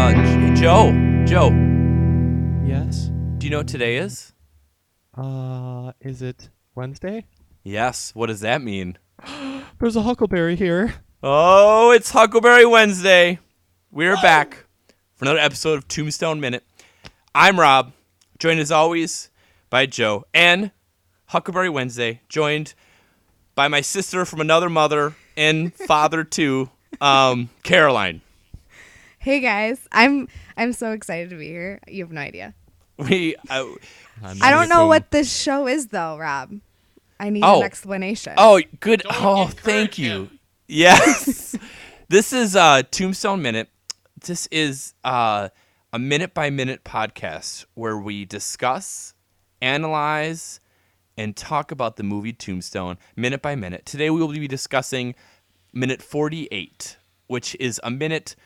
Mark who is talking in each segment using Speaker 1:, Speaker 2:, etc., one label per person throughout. Speaker 1: Uh, Joe, Joe,
Speaker 2: Yes.
Speaker 1: do you know what today is?
Speaker 2: Uh, is it Wednesday?
Speaker 1: Yes. What does that mean?
Speaker 2: There's a huckleberry here.
Speaker 1: Oh, it's Huckleberry Wednesday. We're back for another episode of Tombstone Minute. I'm Rob, joined as always by Joe and Huckleberry Wednesday, joined by my sister from another mother and father too, um, Caroline.
Speaker 3: Hey guys, I'm I'm so excited to be here. You have no idea.
Speaker 1: We, uh,
Speaker 3: I don't know what this show is though, Rob. I need
Speaker 1: Oh.
Speaker 3: an explanation.
Speaker 1: Oh, good. oh, thank you. Yes. this is uh, Tombstone Minute. This is uh, a minute by minute podcast where we discuss, analyze, and talk about the movie Tombstone minute by minute. Today we will be discussing minute 48, which is a minute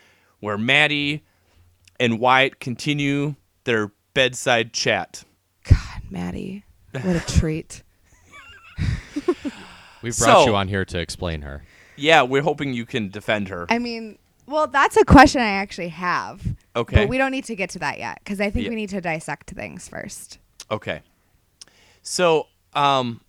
Speaker 1: where Maddie and Wyatt continue their bedside chat.
Speaker 3: God, Maddie, what a treat.
Speaker 4: We brought
Speaker 1: So-
Speaker 4: you on here to explain her.
Speaker 1: Yeah, we're hoping you can defend her.
Speaker 3: I mean, well, that's a question I actually have.
Speaker 1: Okay.
Speaker 3: But we don't need to get to that yet because I think
Speaker 1: Yeah.
Speaker 3: we need to dissect things first.
Speaker 1: Okay. So, um,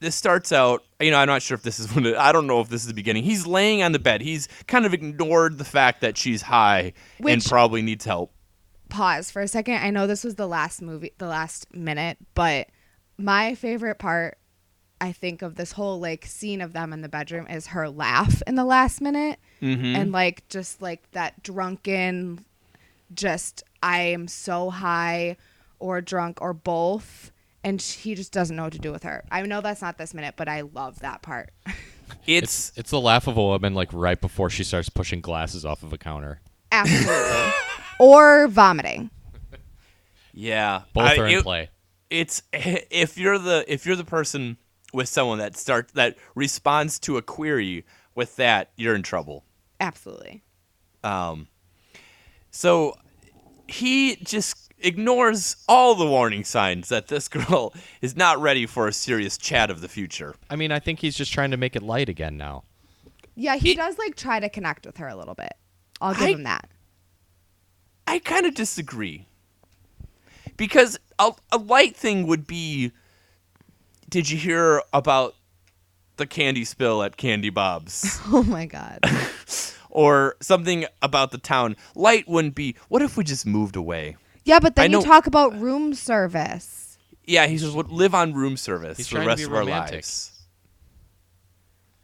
Speaker 1: this starts out. You know, I'm not sure if this is when. It, I don't know if this is the beginning. He's laying on the bed. He's kind of ignored the fact that she's high and
Speaker 3: Which-
Speaker 1: probably needs help.
Speaker 3: Pause for a second. I know this was the last movie, the last minute, but my favorite part, I think, of this whole like scene of them in the bedroom is her laugh in the last minute.
Speaker 1: Mm-hmm.
Speaker 3: and like just like that drunken just i am so high or drunk or both and sh- he just doesn't know what to do with her i know that's not this minute but i love that part
Speaker 1: it's
Speaker 4: It's the laugh of a woman, like right before she starts pushing glasses off of a counter.
Speaker 3: absolutely or vomiting
Speaker 1: yeah.
Speaker 4: Both
Speaker 1: I-
Speaker 4: are in
Speaker 1: it-
Speaker 4: play.
Speaker 1: It's if you're the if you're the person with someone that starts that responds to a query with that, you're in trouble.
Speaker 3: absolutely
Speaker 1: Um, so he just ignores all the warning signs that this girl is not ready for a serious chat of the future.
Speaker 4: I mean, I think he's just trying to make it light again now.
Speaker 3: yeah he does like try to connect with her a little bit i'll give
Speaker 1: I-
Speaker 3: him that
Speaker 1: I kind of disagree. Because a, a light thing would be Did you hear about the candy spill at Candy Bob's?
Speaker 3: oh my god
Speaker 1: or something about the town. Light wouldn't be, What if we just moved away?
Speaker 3: yeah but
Speaker 1: I
Speaker 3: then you
Speaker 1: know-
Speaker 3: talk about room service
Speaker 1: Yeah, he just would live on room service
Speaker 4: He's
Speaker 1: for the
Speaker 4: trying to
Speaker 1: rest
Speaker 4: be
Speaker 1: of our
Speaker 4: romantic.
Speaker 1: lives.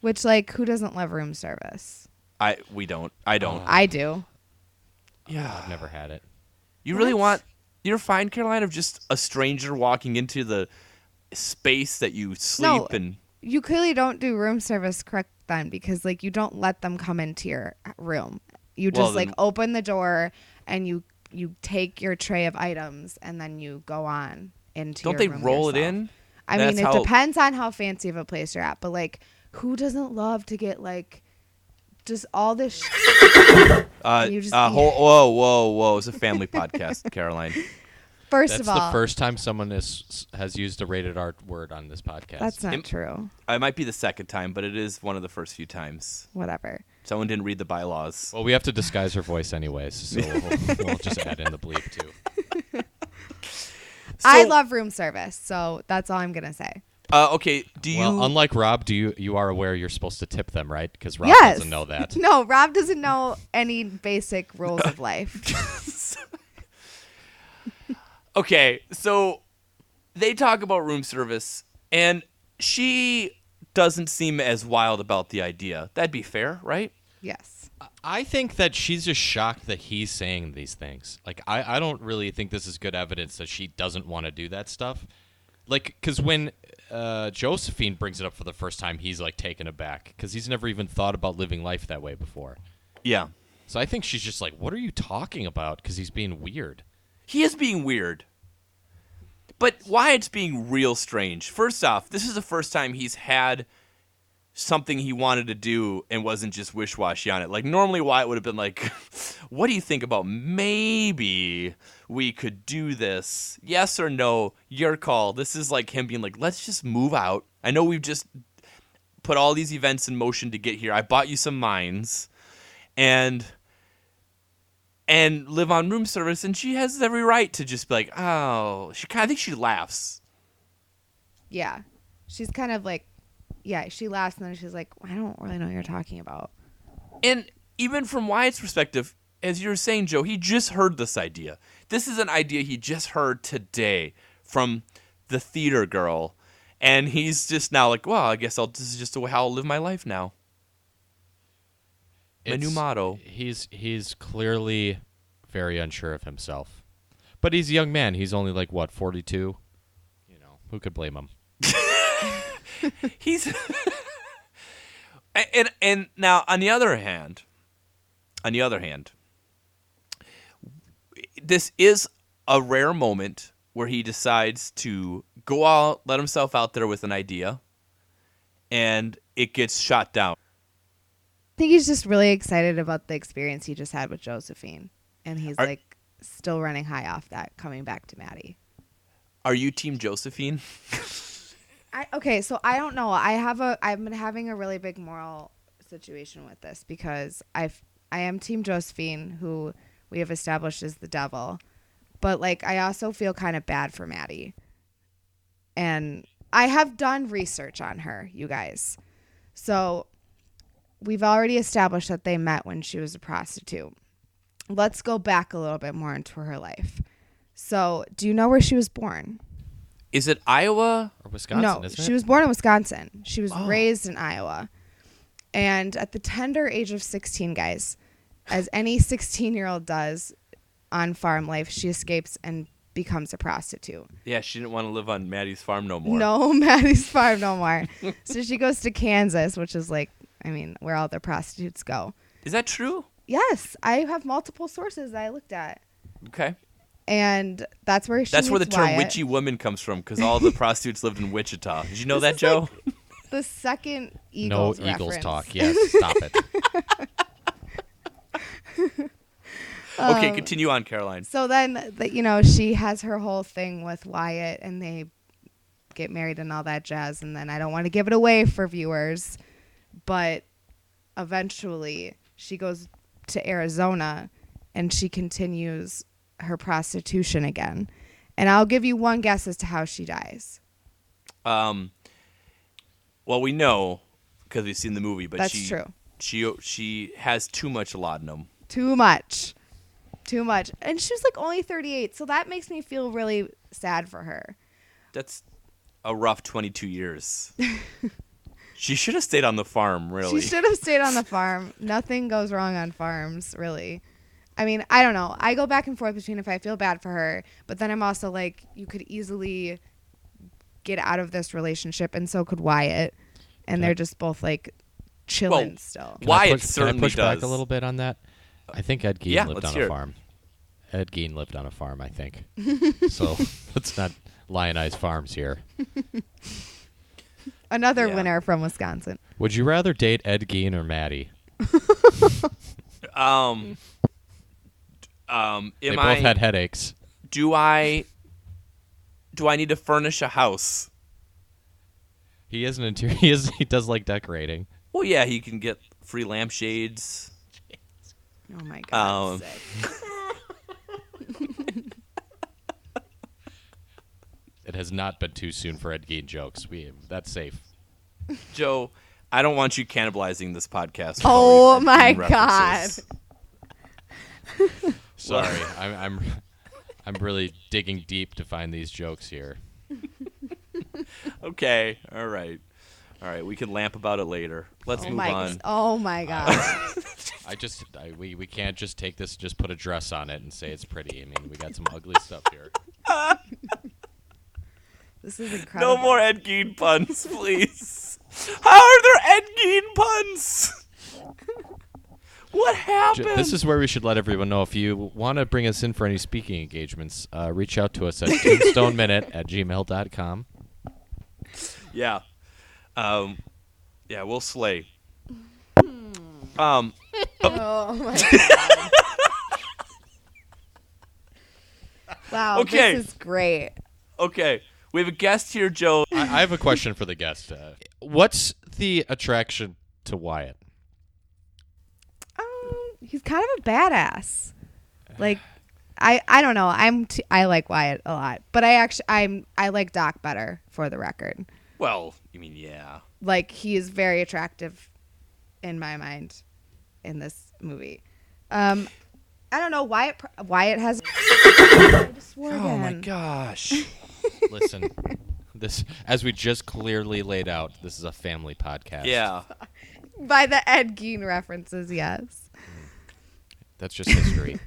Speaker 3: which like who doesn't love room service
Speaker 1: I we don't. I don't.
Speaker 4: Oh.
Speaker 3: i do
Speaker 1: yeah.
Speaker 4: I've never had it.
Speaker 1: You really
Speaker 3: What?
Speaker 1: want you're fine, Caroline, of just a stranger walking into the space that you sleep
Speaker 3: No.
Speaker 1: and
Speaker 3: you clearly don't do room service correct then because like you don't let them come into your uh, room you just
Speaker 1: Well, then-
Speaker 3: like open the door and you you take your tray of items and then you go on into
Speaker 1: don't
Speaker 3: your
Speaker 1: they
Speaker 3: room
Speaker 1: roll it
Speaker 3: yourself.
Speaker 1: in?
Speaker 3: i
Speaker 1: That's
Speaker 3: mean it
Speaker 1: how-
Speaker 3: depends on how fancy of a place you're at but like who doesn't love to get like just all this sh-
Speaker 1: Uh,
Speaker 3: You just-
Speaker 1: uh whole, whoa, whoa, whoa! It's a family podcast, Caroline.
Speaker 3: first
Speaker 4: That's
Speaker 3: of all
Speaker 4: the first time someone is, has used a rated R word on this podcast.
Speaker 3: that's not
Speaker 1: Im-
Speaker 3: true
Speaker 1: Uh, It might be the second time, but it is one of the first few times
Speaker 3: whatever
Speaker 1: someone didn't read the bylaws.
Speaker 4: well, we have to disguise her voice anyways, so we'll, we'll just add in the bleep too.
Speaker 3: i
Speaker 1: So-
Speaker 3: love room service so that's all i'm gonna say
Speaker 1: Uh, okay, do you?
Speaker 4: Well, unlike Rob, do you you are aware you're supposed to tip them, right? Because Rob
Speaker 3: yes
Speaker 4: doesn't know that.
Speaker 3: no rob doesn't know any basic rules of life
Speaker 1: okay, so they talk about room service, and she doesn't seem as wild about the idea. That'd be fair, right?
Speaker 3: Yes.
Speaker 4: I think that she's just shocked that he's saying these things. Like, I, I don't really think this is good evidence that she doesn't want to do that stuff. Like, because when uh, Josephine brings it up for the first time, he's like taken aback because he's never even thought about living life that way before.
Speaker 1: Yeah.
Speaker 4: So I think she's just like, what are you talking about? Because he's being weird.
Speaker 1: He is being weird. But Wyatt's being real strange. First off, this is the first time he's had something he wanted to do and wasn't just wish washy on it. Like, normally Wyatt would have been like, What do you think about maybe we could do this? Yes or no, your call. This is like him being like, Let's just move out. I know we've just put all these events in motion to get here. I bought you some mines. And and live on room service, and she has every right to just be like, oh, she kind. I think she laughs.
Speaker 3: Yeah. She's kind of like, yeah, she laughs and then she's like, I don't really know what you're talking about.
Speaker 1: And even from Wyatt's perspective, as you were saying, Joe, he just heard this idea. This is an idea he just heard today from the theater girl. And he's just now like, well, I guess I'll, this is just how I'll live my life now. My new
Speaker 4: It's-
Speaker 1: motto.
Speaker 4: He's he's clearly very unsure of himself, but he's a young man. He's only like what forty two. You know who could blame him?
Speaker 1: He's and and now on the other hand, on the other hand, this is a rare moment where he decides to go out, let himself out there with an idea, and it gets shot down.
Speaker 3: I think he's just really excited about the experience he just had with Josephine. And he's
Speaker 1: Are-
Speaker 3: like still running high off that coming back to Maddie.
Speaker 1: Are you Team Josephine?
Speaker 3: I okay, so I don't know. I have a I've been having a really big moral situation with this because I've I am Team Josephine, who we have established is the devil. But like I also feel kind of bad for Maddie. And I have done research on her, you guys. So we've already established that they met when she was a prostitute. Let's go back a little bit more into her life. So, do you know where she was born?
Speaker 1: Is it Iowa?
Speaker 4: Or Wisconsin,
Speaker 3: no,
Speaker 4: isn't
Speaker 3: she
Speaker 4: it?
Speaker 3: was born in Wisconsin. She was
Speaker 1: Oh.
Speaker 3: raised in Iowa. And at the tender age of 16, guys, as any 16 year old does on farm life, she escapes and becomes a prostitute.
Speaker 1: Yeah, she didn't want to live on Maddie's farm no more.
Speaker 3: No, Maddie's farm, no more. so she goes to Kansas, which is like, I mean, where all the prostitutes go.
Speaker 1: Is that true?
Speaker 3: Yes, I have multiple sources I looked at.
Speaker 1: Okay.
Speaker 3: And that's where she
Speaker 1: That's where the
Speaker 3: meets
Speaker 1: term
Speaker 3: Wyatt.
Speaker 1: witchy woman comes from because all the prostitutes lived in Wichita. Did you know that, Joe?
Speaker 3: The second
Speaker 4: no
Speaker 3: Eagles
Speaker 4: Eagles
Speaker 3: reference.
Speaker 4: talk. Yes, stop it.
Speaker 1: okay,
Speaker 3: Um,
Speaker 1: continue on, Caroline.
Speaker 3: So then, that you know, she has her whole thing with Wyatt, and they get married and all that jazz. And then I don't want to give it away for viewers, but eventually she goes to Arizona, and she continues her prostitution again. And I'll give you one guess as to how she dies.
Speaker 1: Um, well, we know because we've seen the movie, but
Speaker 3: That's
Speaker 1: she,
Speaker 3: true.
Speaker 1: She she has too much laudanum.
Speaker 3: Too much. Too much. And she was like only 38, so that makes me feel really sad for her.
Speaker 1: That's a rough twenty-two years. she should have stayed on the farm. Really,
Speaker 3: She should have stayed on the farm. Nothing goes wrong on farms, really. I mean, I don't know. I go back and forth between if I feel bad for her, but then I'm also like, you could easily get out of this relationship, and so could Wyatt. And they're just both like chilling
Speaker 1: Well,
Speaker 3: still.
Speaker 1: Why
Speaker 4: I
Speaker 1: it
Speaker 4: push, can I
Speaker 1: certainly
Speaker 4: push back a
Speaker 1: does.
Speaker 4: little bit on that. I think Ed Gein
Speaker 1: Yeah,
Speaker 4: lived
Speaker 1: let's
Speaker 4: on
Speaker 1: hear it.
Speaker 4: a farm. Ed Gein lived on a farm, I think. so let's not lionize farms here.
Speaker 3: Another
Speaker 1: Yeah.
Speaker 3: winner from Wisconsin.
Speaker 4: Would you rather date Ed Gein or Maddie?
Speaker 1: um, um,
Speaker 4: They
Speaker 1: am
Speaker 4: both
Speaker 1: I?
Speaker 4: had headaches.
Speaker 1: do I? Do I need to furnish a house?
Speaker 4: He is an interior. He is. He does like decorating.
Speaker 1: Well, yeah, he can get free lampshades.
Speaker 3: Oh my god.
Speaker 1: Um,
Speaker 3: sick.
Speaker 4: It has not been too soon for Ed Gein jokes. We that's safe.
Speaker 1: Joe, I don't want you cannibalizing this podcast. with
Speaker 3: Oh
Speaker 1: all your
Speaker 3: my
Speaker 1: references.
Speaker 3: God.
Speaker 4: Sorry, I'm, I'm I'm really digging deep to find these jokes here.
Speaker 1: Okay. All right. All right. We can lamp about it later. Let's
Speaker 3: Oh
Speaker 1: move
Speaker 3: my,
Speaker 1: on. Uh,
Speaker 3: oh my god.
Speaker 4: I just I, we we can't just take this and just put a dress on it and say it's pretty. I mean, we got some ugly stuff here.
Speaker 3: this is incredible.
Speaker 1: No more Ed Gein puns, please. How are there Ed Gein puns? What
Speaker 4: J-
Speaker 1: happened?
Speaker 4: This is where we should let everyone know if you want to bring us in for any speaking engagements, uh, reach out to us at tombstoneminute at gmail.com.
Speaker 1: yeah. Um, yeah, we'll slay.
Speaker 3: Hmm.
Speaker 1: Um,
Speaker 3: Oh my god. wow.
Speaker 1: Okay.
Speaker 3: This is great.
Speaker 1: okay. We have a guest here, Joe.
Speaker 4: I, I have a question for the guest. Uh, what's the attraction to Wyatt?
Speaker 3: Um, he's kind of a badass. Like, I I don't know. I'm t- I like Wyatt a lot, but I actually I'm I like Doc better for the record.
Speaker 1: Well, you mean yeah.
Speaker 3: Like he is very attractive in my mind in this movie. Um, I don't know. Wyatt pr- Wyatt has. I just swore
Speaker 1: Oh my
Speaker 3: again.
Speaker 1: gosh.
Speaker 4: Listen, this as we just clearly laid out, this is a family podcast.
Speaker 1: yeah.
Speaker 3: By the Ed Gein references, yes.
Speaker 4: That's just history.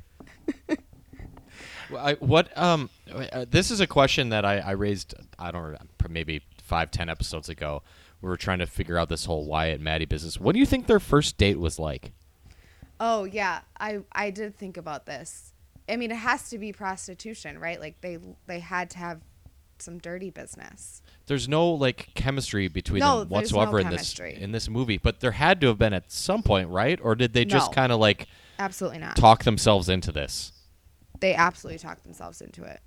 Speaker 4: Well, I, what um, uh, this is a question that I, I raised. I don't know, maybe five, ten episodes ago. We were trying to figure out this whole Wyatt Maddie business. What do you think their first date was like?
Speaker 3: Oh yeah, I I did think about this. I mean, it has to be prostitution, right? Like they they had to have some dirty business.
Speaker 4: There's no like chemistry between
Speaker 3: No,
Speaker 4: them
Speaker 3: there's no
Speaker 4: whatsoever in this
Speaker 3: chemistry.
Speaker 4: in this movie, but there had to have been at some point, right? Or did they just
Speaker 3: No.
Speaker 4: kind of like
Speaker 3: Absolutely not.
Speaker 4: talk themselves into this?
Speaker 3: They absolutely talked themselves into it.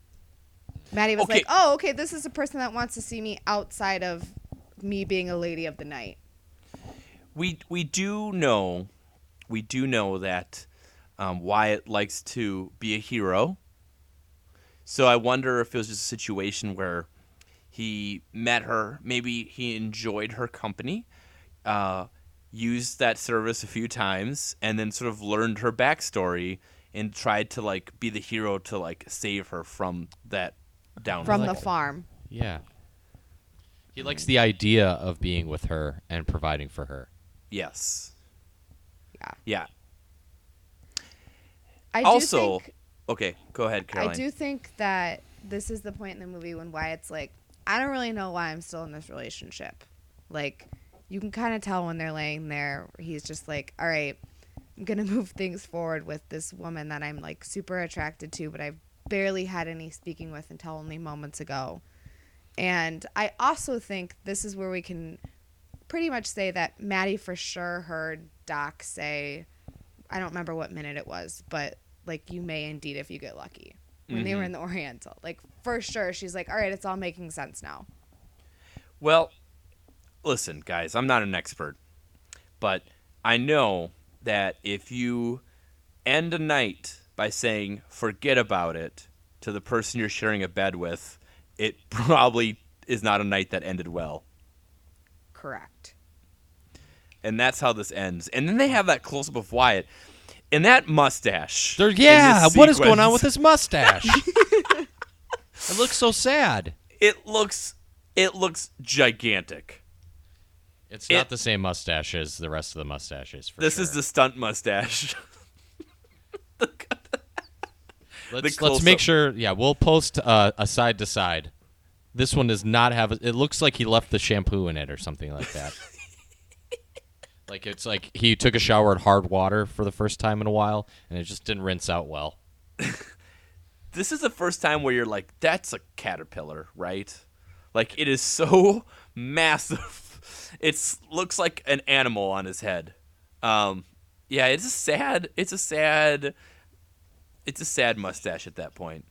Speaker 3: Maddie was
Speaker 1: Okay.
Speaker 3: like, "Oh, okay, this is a person that wants to see me outside of me being a lady of the night."
Speaker 1: we we do know we do know that um, Wyatt likes to be a hero. So I wonder if it was just a situation where he met her, maybe he enjoyed her company, uh, used that service a few times, and then sort of learned her backstory and tried to like be the hero to like save her from that down
Speaker 3: From the
Speaker 1: hole.
Speaker 3: farm.
Speaker 4: Yeah. He likes the idea of being with her and providing for her.
Speaker 1: yes
Speaker 3: Yeah.
Speaker 1: yeah
Speaker 3: I do
Speaker 1: also
Speaker 3: think-
Speaker 1: okay go ahead Caroline
Speaker 3: I do think that this is the point in the movie when Wyatt's like, I don't really know why I'm still in this relationship. Like, you can kind of tell when they're laying there. He's just like, all right, I'm going to move things forward with this woman that I'm like super attracted to, but I've barely had any speaking with until only moments ago. And I also think this is where we can pretty much say that Maddie for sure heard Doc say, I don't remember what minute it was, but like you may indeed if you get lucky when they
Speaker 1: Mm-hmm.
Speaker 3: were in the Oriental. Like for sure, she's like, all right, it's all making sense now.
Speaker 1: Well, listen, guys, I'm not an expert, but I know that if you end a night by saying forget about it to the person you're sharing a bed with, it probably is not a night that ended well.
Speaker 3: Correct.
Speaker 1: And that's how this ends. And then they have that close up of Wyatt and that mustache.
Speaker 4: There-
Speaker 1: in this
Speaker 4: yeah, what is going on
Speaker 1: sequence.
Speaker 4: with his mustache? it looks so sad.
Speaker 1: It looks it looks gigantic.
Speaker 4: It's
Speaker 1: It-
Speaker 4: not the same mustache as the rest of the mustaches. For
Speaker 1: This is the stunt mustache.
Speaker 4: Let's,
Speaker 1: the
Speaker 4: let's make
Speaker 1: close-up.
Speaker 4: sure. Yeah, we'll post uh, a side to side. This one does not have. It looks like he left the shampoo in it or something like that. like it's like he took a shower in hard water for the first time in a while, and it just didn't rinse out well.
Speaker 1: this is the first time where you're like, that's a caterpillar, right? Like it is so massive. It looks like an animal on his head. Um, yeah, it's a sad. It's a sad. It's a sad mustache at that point.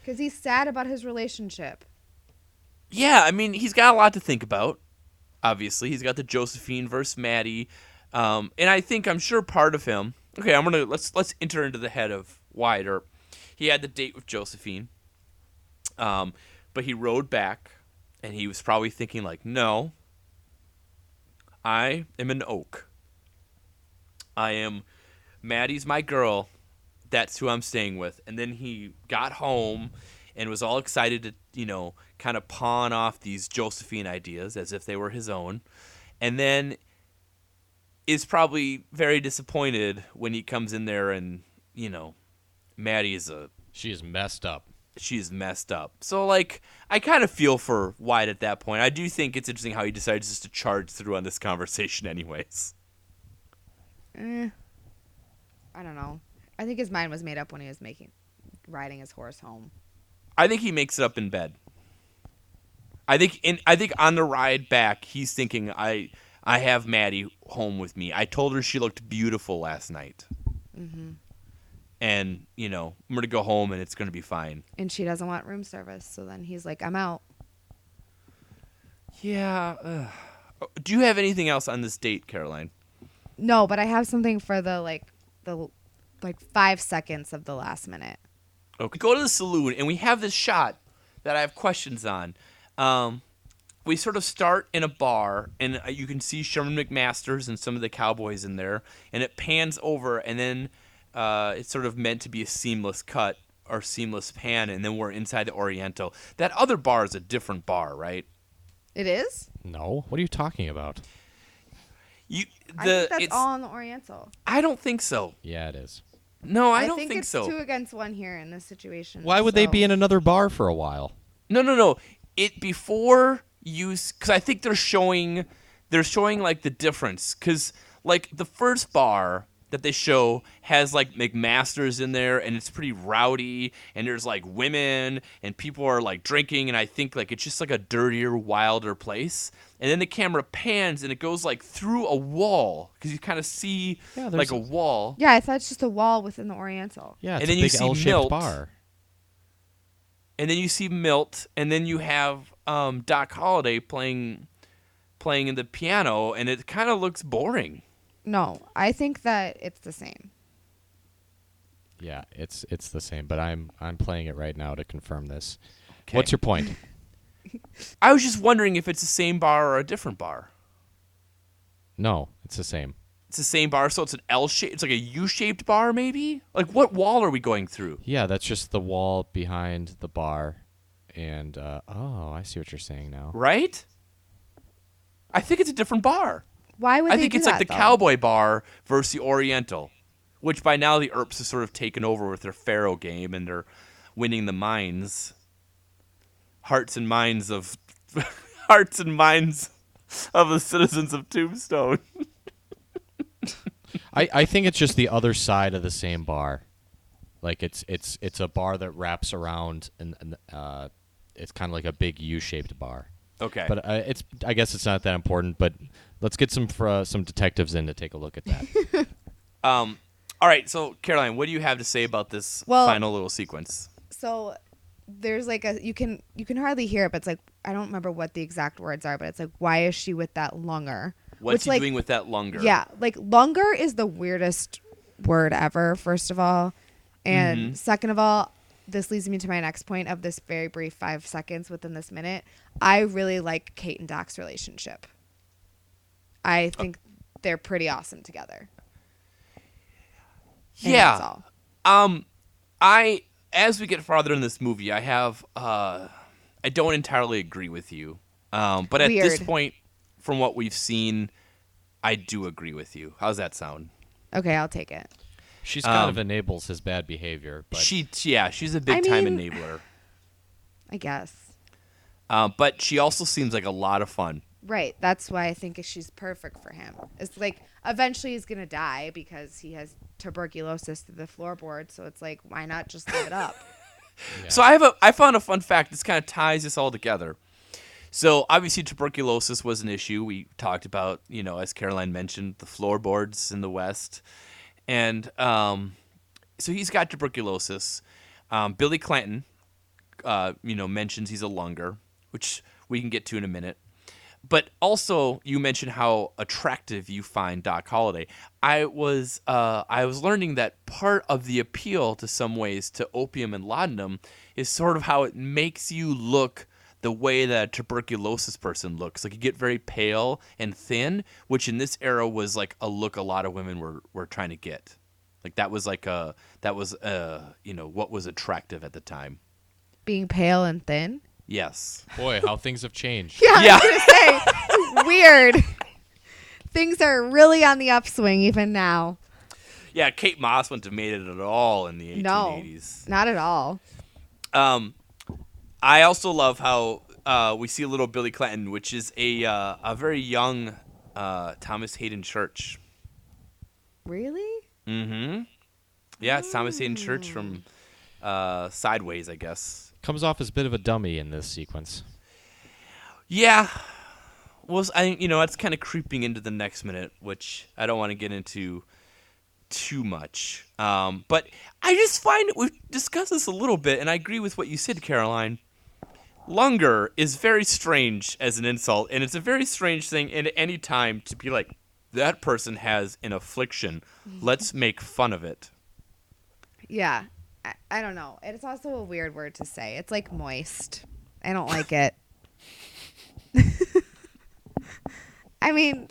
Speaker 3: Because he's sad about his relationship.
Speaker 1: Yeah, I mean, he's got a lot to think about. Obviously, he's got the Josephine versus Maddie, um, and I think I'm sure part of him. Okay, I'm gonna let's let's enter into the head of Wyatt. Earp. He had the date with Josephine, um, but he rode back, and he was probably thinking like, "No, I am an oak. I am Maddie's my girl. That's who I'm staying with. And then he got home and was all excited to, you know, kind of pawn off these Josephine ideas as if they were his own. And then is probably very disappointed when he comes in there and, you know, Maddie is a
Speaker 4: She is messed up.
Speaker 1: she's messed up. So like I kind of feel for White at that point. I do think it's interesting how he decides just to charge through on this conversation anyways.
Speaker 3: Eh, I don't know. I think his mind was made up when he was making riding his horse home.
Speaker 1: I think he makes it up in bed. I think in I think on the ride back he's thinking I I have Maddie home with me. I told her she looked beautiful last night. Mm-hmm. And, you know, I'm going to go home and it's going to be fine.
Speaker 3: And she doesn't want room service, so then he's like, I'm out.
Speaker 1: Yeah. ugh. Do you have anything else on this date, Caroline?
Speaker 3: No, but I have something for the like the like five seconds of the last minute.
Speaker 1: Okay. Go to the saloon, and we have this shot that I have questions on. Um, we sort of start in a bar, and uh, you can see Sherman McMasters and some of the cowboys in there, and it pans over, and then uh, it's sort of meant to be a seamless cut or seamless pan, and then we're inside the Oriental. That other bar is a different bar, right?
Speaker 3: It is.
Speaker 4: No. What are you talking about?
Speaker 1: You
Speaker 3: I
Speaker 1: the
Speaker 3: think that's
Speaker 1: it's,
Speaker 3: all in the Oriental.
Speaker 1: I don't think so.
Speaker 4: Yeah, it is.
Speaker 1: No, I, don't
Speaker 3: think,
Speaker 1: think,
Speaker 3: it's
Speaker 1: so.
Speaker 3: two against one here in this situation.
Speaker 4: Why would they
Speaker 3: so-
Speaker 4: be in another bar for a while?
Speaker 1: No, no, no. It before use because I think they're showing they're showing like the difference because like the first bar that they show has like McMaster's in there and it's pretty rowdy and there's like women and people are like drinking and I think like it's just like a dirtier, wilder place. And then the camera pans and it goes like through a wall because you kind of see
Speaker 2: Yeah, there's-
Speaker 1: like a wall.
Speaker 3: Yeah, I thought it's just a wall within the Oriental.
Speaker 2: Yeah,
Speaker 1: And
Speaker 2: it's
Speaker 1: then
Speaker 2: a
Speaker 1: you
Speaker 2: big
Speaker 1: see
Speaker 2: L-shaped
Speaker 1: Milt.
Speaker 2: bar.
Speaker 1: and then you see Milt, and then you have um, Doc Holliday playing playing in the piano, and it kind of looks boring.
Speaker 3: No, I think that it's the same.
Speaker 4: Yeah, it's it's the same, but I'm I'm playing it right now to confirm this.
Speaker 1: Okay.
Speaker 4: What's your point?
Speaker 1: I was just wondering if it's the same bar or a different bar.
Speaker 4: no, it's the same.
Speaker 1: It's the same bar, so it's an L shape. It's like a U shaped bar, maybe. Like what wall are we going through?
Speaker 4: Yeah, that's just the wall behind the bar, and uh, oh, I see what you're saying now.
Speaker 1: Right? I think it's a different bar.
Speaker 3: Why would
Speaker 1: I
Speaker 3: they
Speaker 1: think
Speaker 3: do
Speaker 1: it's
Speaker 3: that,
Speaker 1: like the
Speaker 3: though?
Speaker 1: Cowboy Bar versus the Oriental, which by now the Earps have sort of taken over with their Pharaoh game and they're winning the minds, hearts and minds of hearts and minds of the citizens of Tombstone.
Speaker 4: I I think it's just the other side of the same bar, like it's it's it's a bar that wraps around and, and uh, it's kind of like a big U-shaped bar.
Speaker 1: Okay,
Speaker 4: But uh, it's I guess it's not that important. But let's get some fr- uh, some detectives in to take a look at that.
Speaker 1: um, all right. So Caroline, what do you have to say about this
Speaker 3: Well-
Speaker 1: final little sequence?
Speaker 3: so there's like a you can you can hardly hear it, but it's like I don't remember what the exact words are, but it's like why is she with that lunger?
Speaker 1: What's
Speaker 3: Which,
Speaker 1: he
Speaker 3: like,
Speaker 1: doing with that lunger?
Speaker 3: Yeah, like longer is the weirdest word ever, first of all. And
Speaker 1: Mm-hmm.
Speaker 3: second of all, this leads me to my next point of this very brief five seconds within this minute. I really like Kate and Doc's relationship. I
Speaker 1: Uh,
Speaker 3: think they're pretty awesome together. And
Speaker 1: yeah.
Speaker 3: That's all.
Speaker 1: Um, I as we get farther in this movie, I have uh, I don't entirely agree with you. Um, but at this
Speaker 3: Weird.
Speaker 1: point, from what we've seen, I do agree with you. How's that sound?
Speaker 3: Okay, I'll take it.
Speaker 4: She's kind
Speaker 1: Um,
Speaker 4: of enables his bad behavior, but
Speaker 1: she, yeah, she's a big time
Speaker 3: mean-
Speaker 1: enabler.
Speaker 3: I guess.
Speaker 1: Uh, but she also seems like a lot of fun.
Speaker 3: Right. That's why I think she's perfect for him. It's like eventually he's gonna die because he has tuberculosis through the floorboard. So it's like, why not just live it up?
Speaker 1: So I have a I found a fun fact. This kind of ties this all together. So obviously tuberculosis was an issue. We talked about you know as Caroline mentioned the floorboards in the West, and um, so he's got tuberculosis. Um, Billy Clanton, uh, you know, mentions he's a lunger, which we can get to in a minute. But also, you mentioned how attractive you find Doc Holliday. I was uh, I was learning that part of the appeal to some ways to opium and laudanum is sort of how it makes you look the way that a tuberculosis person looks. Like you get very pale and thin, which in this era was like a look a lot of women were were trying to get. Like that was like a that was uh you know what was attractive at the time.
Speaker 3: Being pale and thin.
Speaker 1: Yes.
Speaker 4: boy, how things have changed.
Speaker 3: Yeah,
Speaker 1: Yeah.
Speaker 3: I was gonna say weird. Things are really on the upswing even now.
Speaker 1: Yeah, Kate Moss wouldn't have made it at all in the 1880s.
Speaker 3: No, not at all.
Speaker 1: Um, I also love how uh, we see little Billy Clanton, which is a uh, a very young uh, Thomas Hayden Church.
Speaker 3: Really?
Speaker 1: Mm-hmm. Yeah, it's Thomas Hayden Church from
Speaker 3: Mm.
Speaker 1: uh, Sideways, I guess.
Speaker 4: Comes off as a bit of a dummy in this sequence.
Speaker 1: Yeah. Well, I you know that's kind of creeping into the next minute, which I don't want to get into too much. Um, but I just find we've discussed this a little bit, and I agree with what you said, Caroline. Lunger is very strange as an insult, and it's a very strange thing at any time to be like, that person has an affliction. Let's make fun of it.
Speaker 3: Yeah. I, I don't know. It's also a weird word to say. It's like moist. I don't like it. I mean,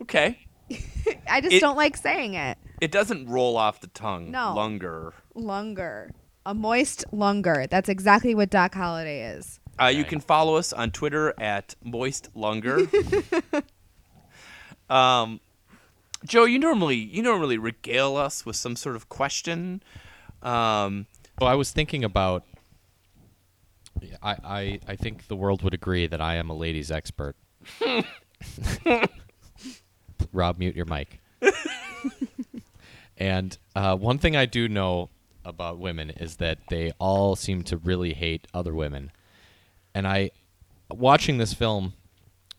Speaker 1: Okay.
Speaker 3: I just
Speaker 1: It-
Speaker 3: don't like saying it.
Speaker 1: It doesn't roll off the tongue
Speaker 3: No.
Speaker 1: longer.
Speaker 3: Lunger. A moist lunger. That's exactly what Doc Holiday is.
Speaker 1: Uh, You
Speaker 4: Okay.
Speaker 1: can follow us on Twitter at Moist Lunger. um, Joe, you normally you normally regale us with some sort of question. Um,
Speaker 4: Well, I was thinking about. I, I, I think the world would agree that I am a ladies expert. Rob, mute your mic. and uh, one thing I do know about women is that they all seem to really hate other women. And I, watching this film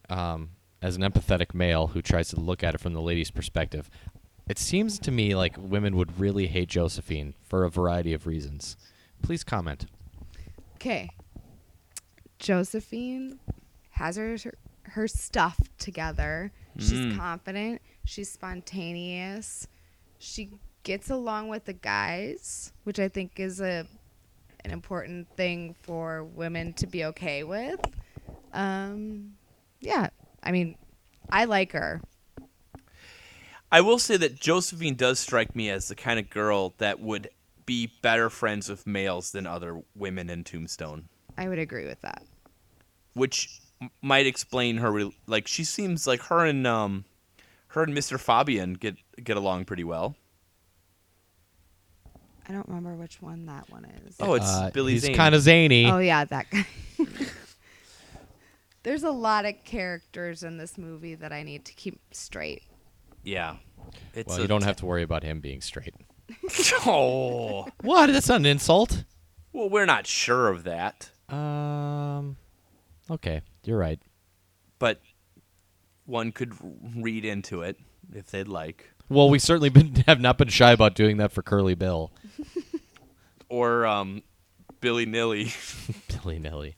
Speaker 4: um, as an empathetic male who tries to look at it from the lady's perspective, it seems to me like women would really hate Josephine for a variety of reasons. Please comment.
Speaker 3: Okay. Josephine has her her stuff together. She's confident. She's spontaneous. She gets along with the guys, which I think is a an important thing for women to be okay with. Um, yeah, I mean, I like her.
Speaker 1: I will say that Josephine does strike me as the kind of girl that would be better friends with males than other women in Tombstone,
Speaker 3: I would agree with that.
Speaker 1: which m- might explain her. Re- like she seems like her and um, her and Mr. Fabian get get along pretty well.
Speaker 3: I don't remember which one that one is.
Speaker 1: Oh, it's
Speaker 4: Uh,
Speaker 1: Billy
Speaker 4: he's
Speaker 1: Zane.
Speaker 4: kind of zany.
Speaker 3: Oh yeah, that guy. There's a lot of characters in this movie that I need to keep straight.
Speaker 1: yeah. It's
Speaker 4: well, you don't have to worry about him being straight.
Speaker 1: oh.
Speaker 4: What? That's not an insult.
Speaker 1: Well, we're not sure of that,
Speaker 4: Um, okay, you're right.
Speaker 1: but one could read into it if they'd like.
Speaker 4: Well, we certainly been, have not been shy about doing that for Curly Bill,
Speaker 1: Or um, Billy Nilly.
Speaker 4: Billy Nilly.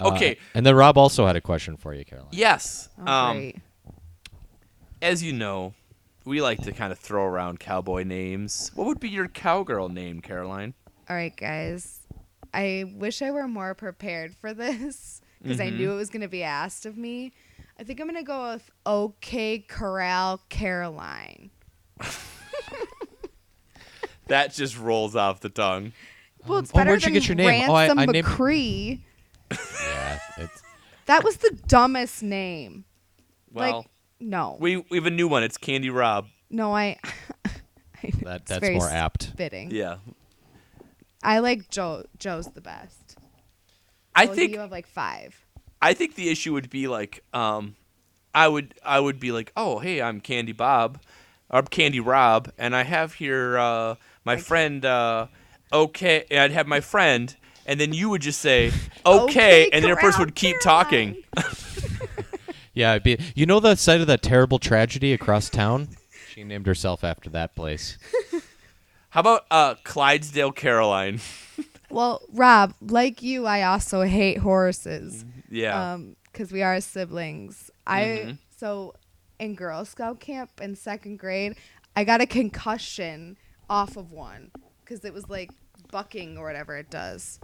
Speaker 4: Uh,
Speaker 1: okay.
Speaker 4: and then Rob also had a question for you, Caroline.
Speaker 1: Yes.
Speaker 3: Oh,
Speaker 1: Um,
Speaker 3: great.
Speaker 1: as you know, we like to kind of throw around cowboy names. What would be your cowgirl name, Caroline?
Speaker 3: All right, guys. I wish I were more prepared for this because I
Speaker 4: Mm-hmm.
Speaker 3: knew it was going to be asked of me. I think I'm going to go with OK Corral Caroline.
Speaker 1: That just rolls off the tongue.
Speaker 3: Well, it's
Speaker 4: oh,
Speaker 3: better
Speaker 4: where'd you
Speaker 3: than
Speaker 4: get your name? Oh, I-
Speaker 3: Ransom
Speaker 4: I named-
Speaker 3: McCree.
Speaker 4: Yeah, it's,
Speaker 3: That was the dumbest name.
Speaker 1: Well,
Speaker 3: like, no.
Speaker 1: we we have a new one. It's Candy Rob.
Speaker 3: no, I. I know,
Speaker 4: that,
Speaker 3: it's
Speaker 4: that's
Speaker 3: very
Speaker 4: more apt.
Speaker 3: Fitting.
Speaker 1: Yeah.
Speaker 3: I like Joe. Joe's the best.
Speaker 1: I
Speaker 3: Both of
Speaker 1: think
Speaker 3: you have like five.
Speaker 1: I think the issue would be like, um, I would I would be like, oh hey, I'm Candy Bob, or Candy Rob, and I have here uh, my friend. Uh, okay, and I'd have my friend, and then you would just say okay, and then your person
Speaker 3: Corral
Speaker 1: would keep
Speaker 3: Caroline.
Speaker 1: talking.
Speaker 4: Yeah, it'd be, you know the site of that terrible tragedy across town? She named herself after that place.
Speaker 1: How about uh, Clydesdale Caroline?
Speaker 3: Well, Rob, like you, I also hate horses.
Speaker 1: Mm-hmm. yeah.
Speaker 3: Um, because we are siblings.
Speaker 1: Mm-hmm.
Speaker 3: I so in Girl Scout camp in second grade, I got a concussion off of one because it was like bucking or whatever it does.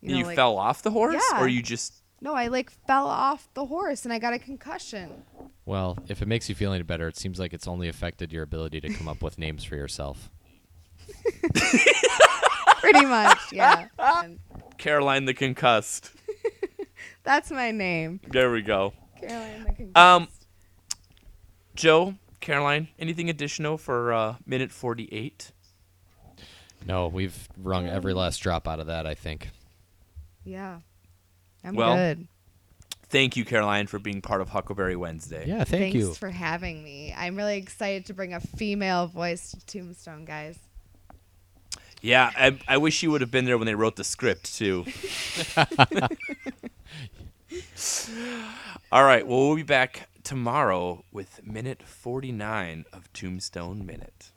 Speaker 1: you
Speaker 3: like-
Speaker 1: fell off the horse, or
Speaker 3: Yeah.
Speaker 1: you just
Speaker 3: No, I like fell off the horse and I got a concussion.
Speaker 4: Well, if it makes you feel any better, it seems like it's only affected your ability to come up with names for yourself.
Speaker 3: Pretty much, yeah. And
Speaker 1: Caroline the concussed.
Speaker 3: that's my name,
Speaker 1: There we go.
Speaker 3: Caroline. The concussed.
Speaker 1: Um, Joe, Caroline, anything additional for uh, minute forty-eight?
Speaker 4: No, we've wrung every last drop out of that, I think.
Speaker 3: yeah, I'm
Speaker 1: well,
Speaker 3: good.
Speaker 1: Thank you, Caroline, for being part of Huckleberry Wednesday.
Speaker 4: Yeah, thank
Speaker 3: Thanks
Speaker 4: you.
Speaker 3: for having me. I'm really excited to bring a female voice to Tombstone, guys.
Speaker 1: Yeah, I, I wish you would have been there when they wrote the script, too. All right, well, we'll be back tomorrow with minute 49 of Tombstone Minute.